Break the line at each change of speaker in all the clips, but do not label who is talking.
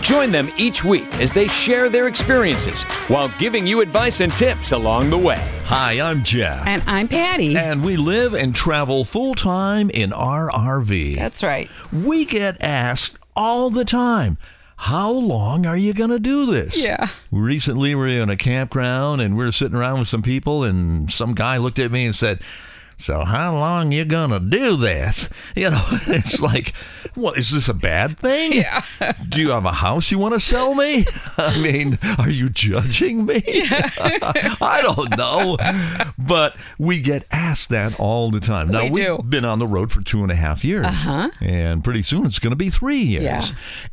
Join them each week as they share their experiences while giving you advice and tips along the way.
Hi, I'm Jeff.
And I'm Patty.
And we live and travel full time in our RV.
That's right.
we get asked all the time, how long are you going to do this?
Yeah.
Recently, we were in a campground and we were sitting around with some people, and some guy looked at me and said, so how long you gonna do this? You know, it's like, what is this a bad thing?
Yeah.
Do you have a house you want to sell me? I mean, are you judging me? I don't know, but we get asked that all the time. Now
We
have
do.
been on the road for two and a half years, and pretty soon it's going to be three years.
Uh-huh. Yeah.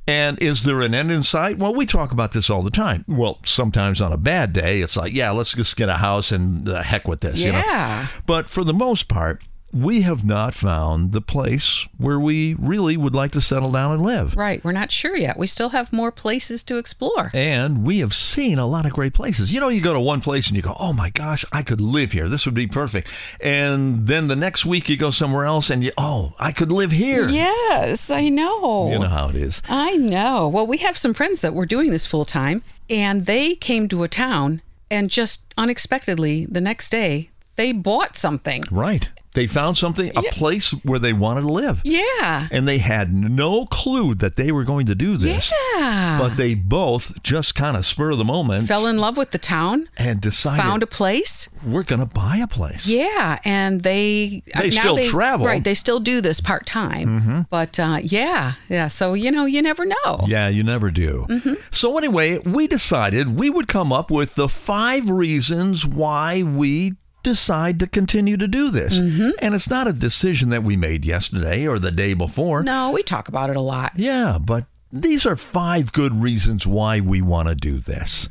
And is there an end in sight? Well, we talk about this all the time. Well, sometimes on a bad day, it's like, yeah, let's just get a house and the heck with this. You
Yeah.
know? But for the most part. We have not found the place where we really would like to settle down and live.
Right. We're not sure yet. We still have more places to explore.
And we have seen a lot of great places. You know, you go to one place and you go, oh my gosh, I could live here. This would be perfect. And then the next week you go somewhere else and you, oh, I could live here.
Yes, I know.
You know how it is.
I know. Well, we have some friends that were doing this full time, and they came to a town, and just unexpectedly, the next day, they bought something.
Right. They found something, a place where they wanted to live.
Yeah.
And they had no clue that they were going to do this.
Yeah.
But they both just kind of spur of the moment
Fell in love with the town,
and decided
found a place.
we're going to buy a place.
Yeah, and they
They still travel. Mm-hmm.
right? They still do this part time, but uh, yeah, yeah. So you know, you never know.
Yeah, you never do.
Mm-hmm.
So, anyway, we decided we would come up with the five reasons why we decide to continue to do this.
Mm-hmm.
And it's not a decision that we made yesterday or the day before.
No, we talk about it a lot.
Yeah, but these are five good reasons why we want to do this.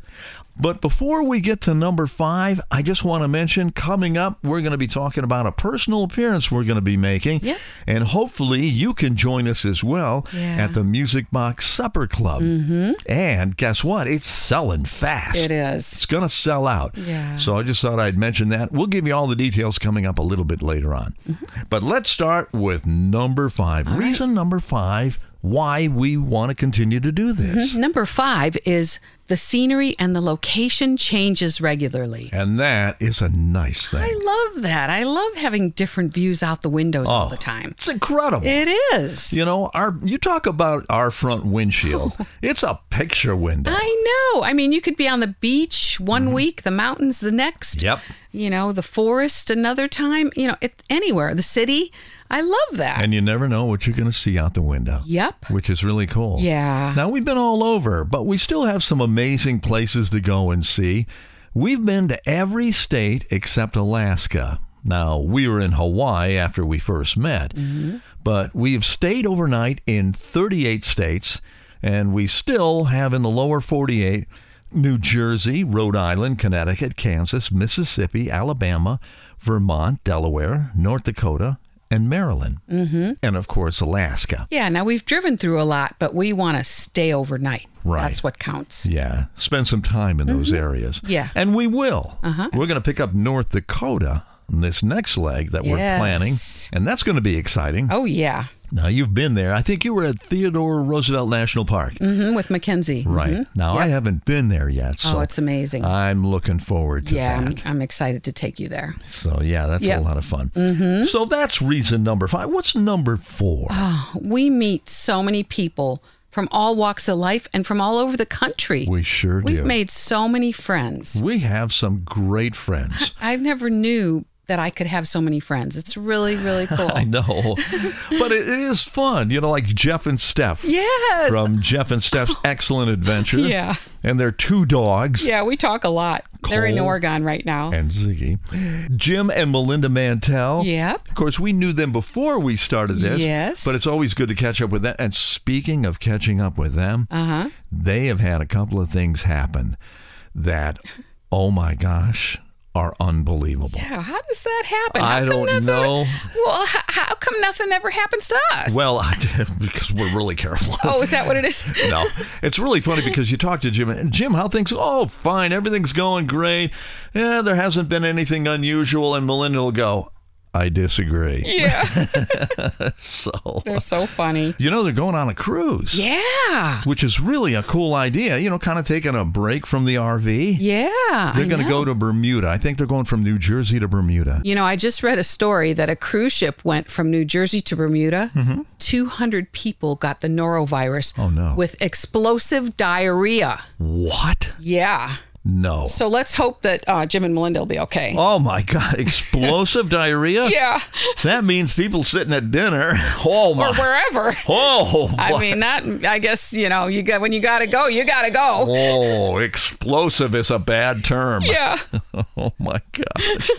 But before we get to number five, I just want to mention coming up, we're going to be talking about a personal appearance we're going to be making.
Yeah.
And hopefully you can join us as well
Yeah.
at the Music Box Supper Club. Mm-hmm. And guess what? It's selling fast.
It
It's
is.
going to sell out.
Yeah.
So I just thought I'd mention that. We'll give you all the details coming up a little bit later on.
Mm-hmm.
But let's start with number five. Reason number five why we want to continue to do this.
Number five is the scenery and the location changes regularly.
And that is a nice thing.
I love that. I love having different views out the windows all the time.
Oh, It's incredible.
It is.
you know, our you talk about our front windshield. it's a picture window.
I know. I mean, you could be on the beach one week, the mountains the next.
Mm-hmm. Yep.
You know, the forest another time. You know, it, anywhere, the city. I love that.
and you never know what you're going to see out the window.
Yep.
Which is really cool.
Yeah.
Now, we've been all over, but we still have some amazing places to go and see. We've been to every state except Alaska. Now, we were in Hawaii after we first met, but we've stayed overnight in 38 states, and we still have in the lower 48 New Jersey, Rhode Island, Connecticut, Kansas, Mississippi, Alabama, Vermont, Delaware, North Dakota, and Maryland. Mm-hmm. And of course, Alaska.
Yeah, now we've driven through a lot, but we want to stay overnight.
Right.
That's what counts.
Yeah, spend some time in those areas.
Mm-hmm. Yeah.
and we will. Uh-huh. We're going to pick up North Dakota in this next leg that we're
Yes.
planning. And that's going to be exciting.
Oh, yeah.
Now, you've been there. I think you were at Theodore Roosevelt National Park.
hmm with Mackenzie.
Right. Now, I haven't been there yet. So uh,
Oh, it's amazing.
I'm looking forward to
yeah, I'm,
that.
I'm excited to take you there.
So, yeah, that's
Yep. Mm-hmm.
a lot of fun. So, that's reason number five. What's number four?
Uh, Ah, We meet so many people from all walks of life and from all over the country.
we sure
We've
do. Mm.
made so many friends.
we have some great friends.
I never knew that I could have so many friends. It's really, really cool.
I know. but it is fun, you know, like Jeff and Steph.
Yes.
From Jeff and Steph's Excellent Adventure.
Yeah.
And their two dogs.
yeah, we talk a lot. They're in
Cole
Oregon right now.
And Ziggy. Jim and Melinda Mantell.
Yep.
Of course, we knew them before we started this.
Yes.
But it's always good to catch up with them. And speaking of catching up with them,
Uh-huh.
they have had a couple of things happen that, oh my gosh, are unbelievable.
Yeah, how does that happen? How
I
come
don't
nothing-
know.
Well, h- how come nothing ever happens to us?
Well, because we're really careful.
oh, is that what it is?
no, it's really funny because you talk to Jim. And Jim, how things? Oh, fine. Everything's going great. Yeah, there hasn't been anything unusual. And Melinda will go, I disagree.
yeah,
So,
they're so funny.
you know, they're going on a cruise.
Yeah,
Which is really a cool idea. You know, kind of taking a break from the RV.
yeah.
They're going to go to Bermuda. I think they're going from New Jersey to Bermuda.
You know, I just read a story that a cruise ship went from New Jersey to Bermuda. 200 people got the norovirus
Mm-hmm. Oh, no.
with explosive diarrhea.
What?
Yeah.
No.
So let's hope that uh, Jim and Melinda will be okay.
Oh my God! Explosive diarrhea.
Yeah.
That means people sitting at dinner. Oh my.
Or wherever.
oh.
I
boy.
mean, that, I guess, you know, you got, when you got to go, you got to go.
Oh, explosive is a bad term.
Yeah.
Oh my gosh.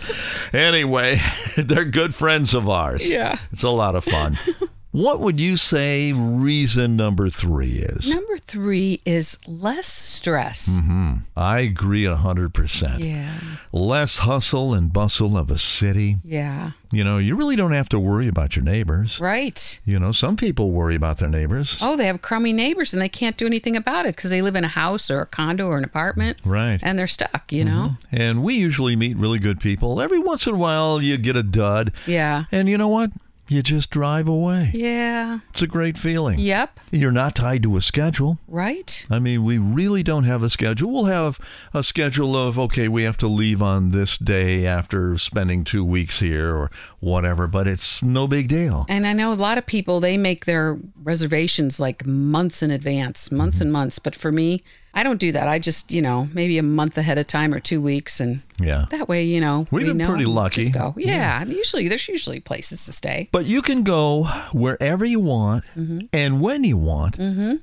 anyway, they're good friends of ours.
Yeah.
It's a lot of fun. what would you say reason number three is?
Number three is less stress.
Mm-hmm. I agree a hundred percent.
Yeah.
Less hustle and bustle of a city.
Yeah.
You know, you really don't have to worry about your neighbors.
Right.
You know, some people worry about their neighbors.
Oh, they have crummy neighbors and they can't do anything about it because they live in a house or a condo or an apartment.
Right.
Oh. And they're stuck, you know?
And we usually meet really good people. Every once in a while, you get a dud.
Yeah.
And you know what? You just drive away.
Yeah.
It's a great feeling.
Yep.
You're not tied to a schedule.
Right.
I mean, we really don't have a schedule. We'll have a schedule of, okay, we have to leave on this day after spending two weeks here or whatever, but it's no big deal.
And I know a lot of people, they make their reservations like months in advance, months
Mm-hmm.
and months. But for me, I don't do that. I just, you know, maybe a month ahead of time or two weeks. And
Yeah.
that way, you know,
We've
we
been
know,
pretty lucky.
Just go. Yeah. Usually, there's usually places to stay.
But you can go wherever you want
Mm-hmm.
and when you want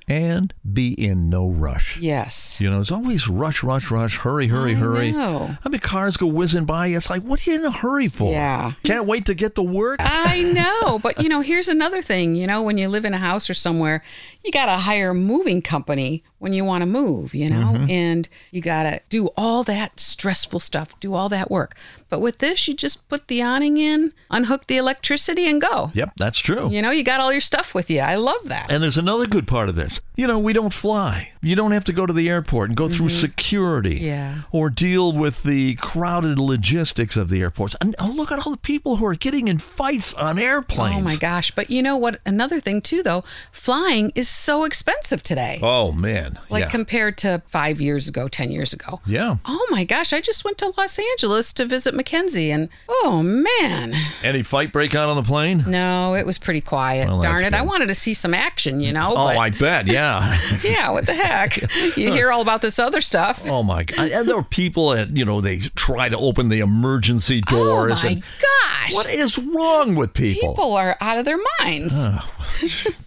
and be in no rush.
Yes.
You know, it's always rush, rush, rush, hurry, hurry,
I
hurry.
know.
I mean, cars go whizzing by. It's like, what are you in a hurry for?
Yeah. Uh,
Can't wait to get to work.
I know, but you know, here's another thing. You know, when you live in a house or somewhere, you got to hire a moving company when you want to move, you know,
Mm-hmm.
and you got to do all that stressful stuff, do all that work. But with this, you just put the awning in, unhook the electricity, and go.
Yep, that's true.
You know, you got all your stuff with you. I love that.
And there's another good part of this. You know, we don't fly. You don't have to go to the airport and go through security
Mm-hmm. Yeah.
or deal with the crowded logistics of the airports. And oh, look at all the people who are getting in fights on airplanes.
Oh my gosh. But you know what? Another thing, too, though, flying is so expensive today.
Oh, man.
Like
yeah.
compared to five years ago, 10 years ago.
yeah.
Oh my gosh, I just went to Los Angeles to visit Mackenzie and oh man.
Any fight break out on the plane?
No, it was pretty quiet.
Well,
Darn
that's
it. I
good.
wanted to see some action, you know.
Oh,
but
I bet. Yeah.
yeah, what the heck? You hear all about this other stuff.
Oh my God! And there are people that you know they try to open the emergency doors.
Oh, my
and
gosh.
What is wrong with people?
People are out of their minds.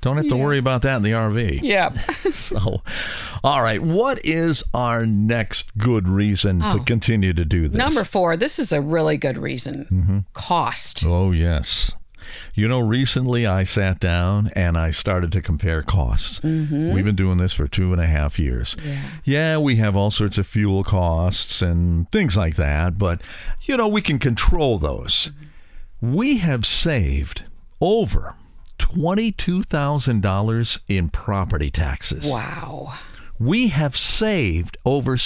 Don't have to worry about that in the RV.
yeah.
So, Oh. all right, what is our next good reason to continue to do this?
Oh. Number four, this is a really good reason.
Mm-hmm.
Cost.
Oh yes. You know, recently I sat down and I started to compare costs.
Mm-hmm.
We've been doing this for two and a half years. Yeah. we have all sorts of fuel costs and things like that, but you know, we can control those.
Mm-hmm.
We have saved over $22,000 in property taxes.
Wow.
we have saved over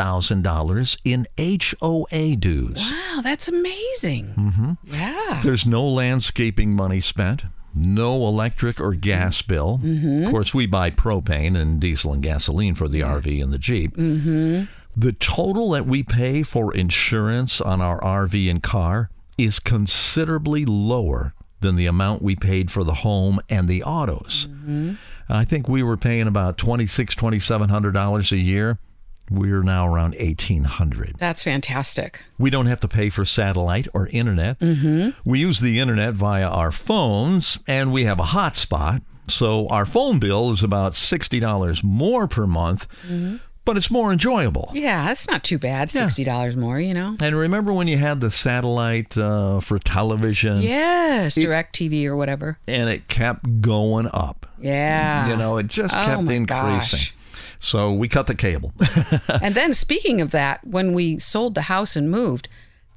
$6,000 in HOA dues.
Wow, that's amazing.
Hmm.
Mm-hmm. Yeah.
There's no landscaping money spent, no electric or gas bill. Of course, we buy propane and diesel and gasoline for the RV and the Jeep. Mm-hmm. The total that we pay for insurance on our RV and car is considerably lower than the amount we paid for the home and the autos. I think we were paying about twenty six, twenty seven hundred dollars a year. We're now around eighteen hundred.
That's fantastic.
We don't have to pay for satellite or internet. Mm-hmm. We use the internet via our phones, and we have a hotspot. So our phone bill is about $60 more per month, but it's more enjoyable.
Mm-hmm. Yeah, that's not too bad.
Yeah. Hmm.
$60 more, you know?
And remember when you had the satellite uh, for television?
Yes, direct TV or whatever.
And it kept going up.
Yeah.
You know, it just
Oh,
kept
my
increasing.
gosh.
So we cut the cable.
and then speaking of that, when we sold the house and moved,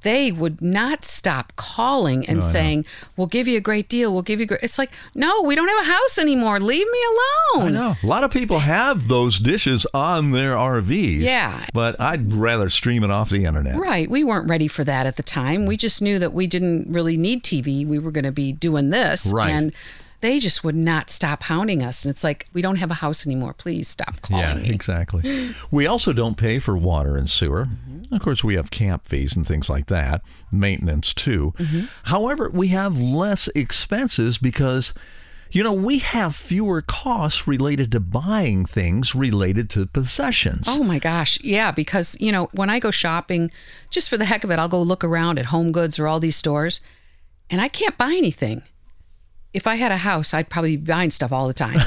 they would not stop calling and saying, "We'll give you a great deal. We'll give you." Great. It's like, no, we don't have a house anymore. Leave me alone.
I know. A lot of people have those dishes on their RVs.
Yeah.
But I'd rather stream it off the internet.
Right. We weren't ready for that at the time. We just knew that we didn't really need TV. We were going to be doing this.
Right.
And they just would not stop hounding us. And it's like, we don't have a house anymore. Please stop calling.
Yeah,
me.
exactly. We also don't pay for water and sewer.
Mm-hmm.
Of course, we have camp fees and things like that, maintenance too.
Mm-hmm.
However, we have less expenses because, you know, we have fewer costs related to buying things related to possessions.
Oh my gosh. Yeah. Because, you know, when I go shopping, just for the heck of it, I'll go look around at Home Goods or all these stores and I can't buy anything. If I had a house, I'd probably be buying stuff all the time.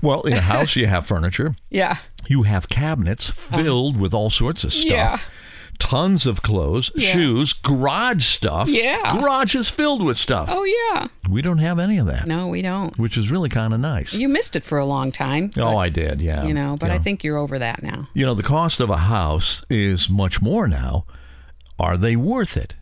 Well, in a house, you have furniture.
yeah.
You have cabinets filled with all sorts of stuff.
Uh-huh. Yeah.
Tons of clothes,
Yeah.
shoes, garage stuff.
Yeah.
Garage is filled with stuff.
Oh, yeah.
We don't have any of that,
No, we don't.
which is really kind of nice.
You missed it for a long time.
oh, I did, yeah.
You know, but
Yeah.
I think you're over that now.
You know, the cost of a house is much more now. Are they worth it?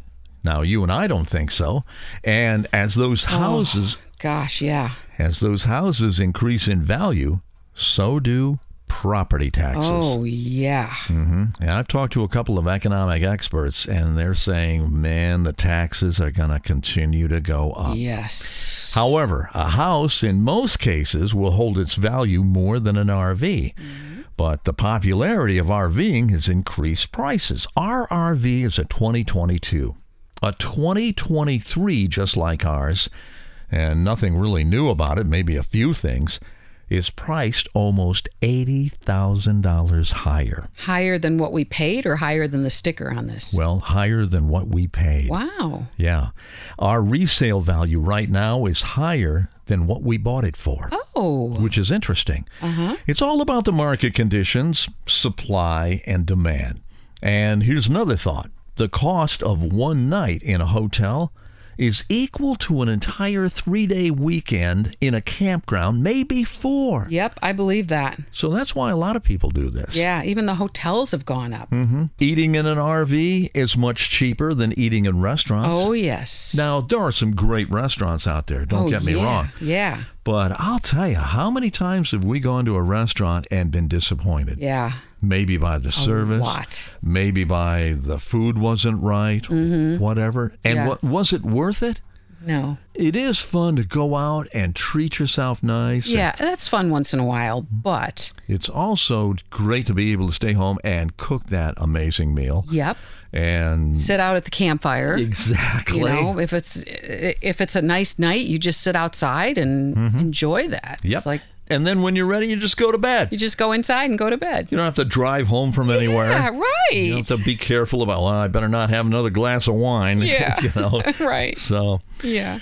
Now, you and I don't think so. And as those
Oh.
houses,
Gosh, yeah.
as those houses increase in value, so do property taxes.
Oh, yeah.
And I've talked to a couple of economic experts, and they're saying, man, the taxes are going to continue to go up.
Yes.
However, a house in most cases will hold its value more than an RV. But the popularity of RVing has increased prices. Our RV is a 2022, a 2023 just like ours, and nothing really new about it, maybe a few things, is priced almost $80,000 higher.
Higher than what we paid or higher than the sticker on this?
Well, higher than what we paid.
Wow.
Yeah. Our resale value right now is higher than what we bought it for.
Oh, Uh-huh.
which is interesting. It's all about the market conditions, supply, and demand. And here's another thought the cost of one night in a hotel is equal to an entire three day weekend in a campground, maybe four.
yep. I believe that.
So that's why a lot of people do this.
Yeah. Even the hotels have gone up.
Mm-hmm. Eating in an RV is much cheaper than eating in restaurants.
Oh, yes.
Now, there are some great restaurants out there, don't
Oh,
get me
yeah,
wrong.
Yeah.
But I'll tell you, how many times have we gone to a restaurant and been disappointed?
Yeah.
maybe by the service,
lot.
maybe by the food wasn't right, whatever. And
Mm-hmm. Yeah.
what was it worth it?
No.
It is fun to go out and treat yourself nice. and
Yeah. That's fun once in a while, but
It's also great to be able to stay home and cook that amazing meal.
yep.
And
Sit out at the campfire.
exactly.
You know, if it's if it's a nice night, you just sit outside and enjoy that.
Mm-hmm. yep.
It's like
and then when you're ready, you just go to bed.
you just go inside and go to bed.
You don't have to drive home from anywhere.
Yeah, right.
You don't have to be careful about, well, I better not have another glass of wine.
Yeah.
you know,
Right.
so.
Yeah.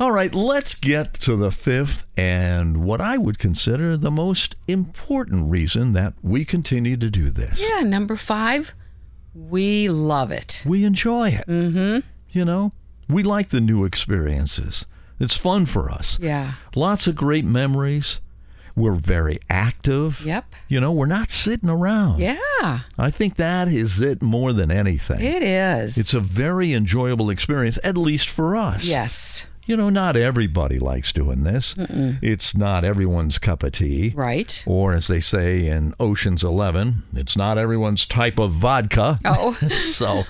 All right, let's get to the fifth and what I would consider the most important reason that we continue to do this.
Yeah, number five, we love it.
We enjoy it. Mm-hmm. You know, we like the new experiences. It's fun for us.
Yeah.
Lots of great memories. We're very active.
Yep.
You know, we're not sitting around.
Yeah,
I think that is it more than anything.
it is.
It's a very enjoyable experience, at least for us.
yes.
You know, not everybody likes doing this. It's not everyone's cup of tea.
Right.
Or, as they say in Ocean's Eleven, it's not everyone's type of vodka.
Oh.
so,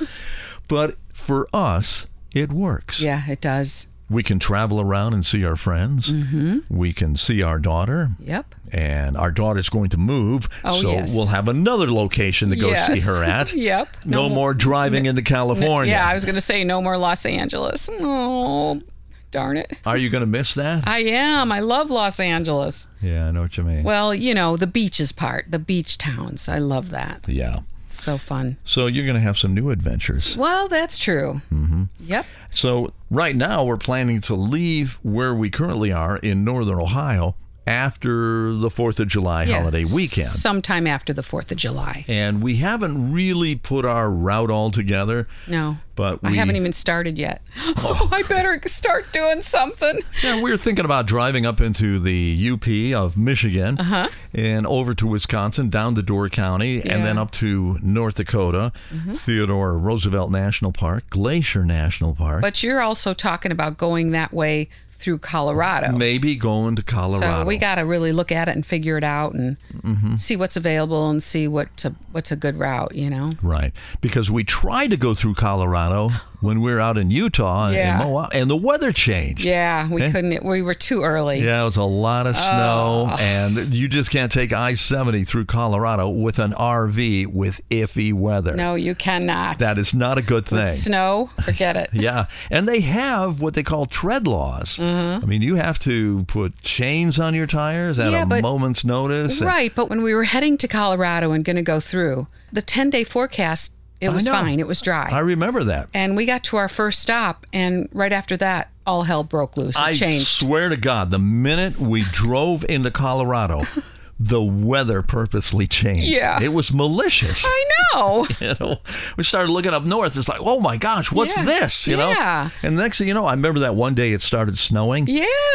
but for us, it works.
Yeah, it does.
We can travel around and see our friends.
Mm-hmm.
We can see our daughter.
Yep.
And our daughter's going to move,
Oh,
so
yes.
we'll have another location to go see
Yes.
her at.
Yep.
No,
No mo-
more driving into California.
Yeah, I was going to say no more Los Angeles. Oh, darn it.
Are you going to miss that?
I am. I love Los Angeles.
yeah, I know what you mean.
Well, you know, the beaches part, the beach towns. I love that.
yeah.
It's so fun.
So you're going to have some new adventures.
Well, that's true. Mm-hmm. Yep.
So right now we're planning to leave where we currently are in northern Ohio after the 4th of July
Yeah.
holiday weekend.
Sometime after the 4th of July.
and we haven't really put our route all together.
No.
But
I
we-
haven't even started yet. Oh, I better start doing something.
Yeah, we were thinking about driving up into the UP of Michigan
Uh-huh.
and over to Wisconsin, down to Door County, and then up to North Dakota,
Mm-hmm.
Theodore Roosevelt National Park, Glacier National Park,
But you're also talking about going that way through Colorado.
maybe going to Colorado.
So we got to really look at it and figure it out and see what's available and see what a, what's a good route, you know?
Right, because we tried to go through Colorado when we were out in Utah and,
Yeah.
and Moab, and the weather changed.
Yeah, we
Eh?
couldn't. We were too early.
Yeah, it was a lot of snow,
Oh.
and you just can't take I 70 through Colorado with an RV with iffy weather.
No, you cannot.
That is not a good thing.
Snow, forget it.
Yeah, and they have what they call tread laws. I mean, you have to put chains on your tires at
Mm-hmm. Yeah,
a
but-
moment's notice. and-
Right, but when we were heading to Colorado and going to go through the 10 day forecast, it
I
was
know.
fine. It was dry.
I remember that.
and we got to our first stop, and right after that, all hell broke loose. It
I
changed.
swear to God, the minute we drove into Colorado, the weather purposely changed.
Yeah.
It was malicious.
I know.
You know, we started looking up north. It's like, oh my gosh, what's
Yeah.
this? You know,
Yeah.
and next thing you know, I remember that one day it started snowing,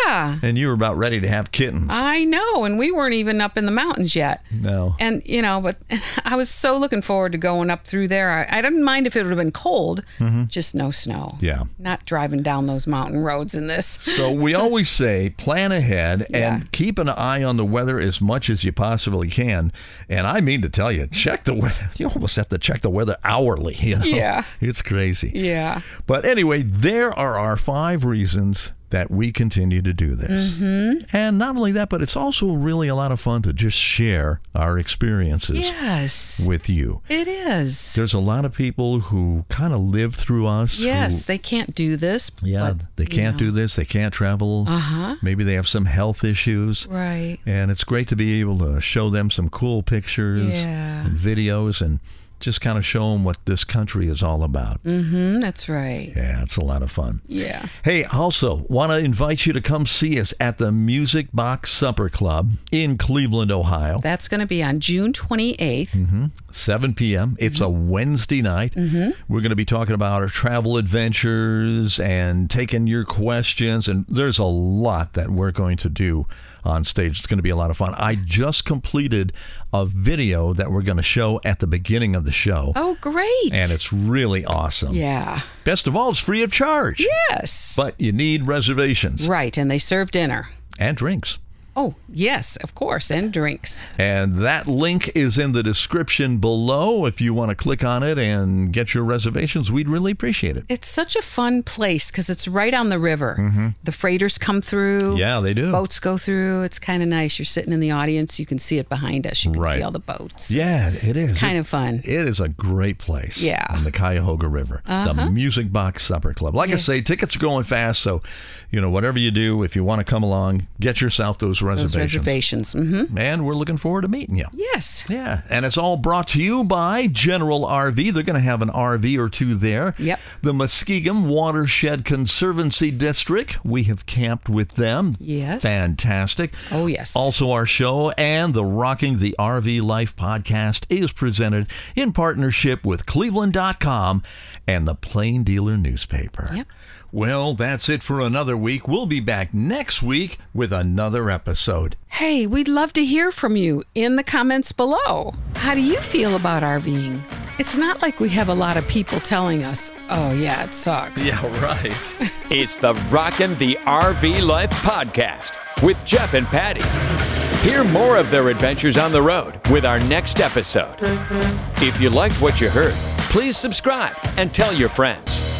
Yeah.
and you were about ready to have kittens.
I know. And we weren't even up in the mountains yet.
no,
And, you know, but I was so looking forward to going up through there. I, I didn't mind if it would have been cold, just no snow.
Mm-hmm. Yeah.
Not driving down those mountain roads in this.
So we always say plan ahead and keep an eye on the weather as much as you possibly can. And I mean to tell you, check the weather. You almost have to check the weather hourly. You know?
Yeah.
It's crazy.
Yeah.
But anyway, there are our five reasons that we continue to do this. Mm-hmm. And not only that, but it's also really a lot of fun to just share our experiences
Yes.
with you.
It is.
There's a lot of people who kind of live through us. who-
Yes, they can't do this.
yeah,
but-
they can't do this. They can't travel. Uh-huh. Maybe they have some health issues.
Right.
And it's great to be able to show them some cool pictures
Yeah.
and videos and just kind of show them what this country is all about.
Mm, That's right.
Yeah, it's a lot of fun.
Yeah.
Hey, also want to invite you to come see us at the Music Box Supper Club in Cleveland, Ohio,
That's going to be on June 28th.
Mm-hmm. 7 p.m. It's a Wednesday night.
Mm-hmm.
We're going to be talking about our travel adventures and taking your questions, and there's a lot that we're going to do on stage. It's going to be a lot of fun. I just completed a video that we're going to show at the beginning of the show,
Oh, great.
and it's really awesome.
yeah.
Best of all, it's free of charge,
Yes.
but you need reservations
Right. And they serve dinner.
and drinks.
Oh, yes, of course. And drinks.
And that link is in the description below. If you want to click on it and get your reservations, we'd really appreciate it.
It's such a fun place because it's right on the river. The freighters come through.
Mm-hmm. Yeah, they do.
Boats go through. It's kind of nice. You're sitting in the audience. You can see it behind us. You can
Right.
see all the boats.
Yeah, it is.
It's kind of
It-
fun.
It is a great place.
Yeah. Uh-huh.
On the Cuyahoga River, the Music Box Supper Club. Like I say, tickets are going fast. So, you know, whatever you do, if you want to come along, get yourself those reservations.
Those reservations. hmm
And we're looking forward to meeting you.
Yes.
Yeah, and it's all brought to you by General RV. They're going to have an RV or two there.
Yep.
The Muskegon Watershed Conservancy District. We have camped with them.
Yes.
Fantastic.
Oh, yes.
Also, our show and the Rocking the RV Life podcast is presented in partnership with Cleveland.com and the Plain Dealer newspaper.
Yep.
Well, that's it for another week. We'll be back next week with another episode.
Hey, we'd love to hear from you in the comments below. How do you feel about RVing? It's not like we have a lot of people telling us, oh, yeah, it sucks.
Yeah, right.
It's the Rockin' the RV Life podcast with Jeff and Patty. Hear more of their adventures on the road with our next episode. If you liked what you heard, please subscribe and tell your friends.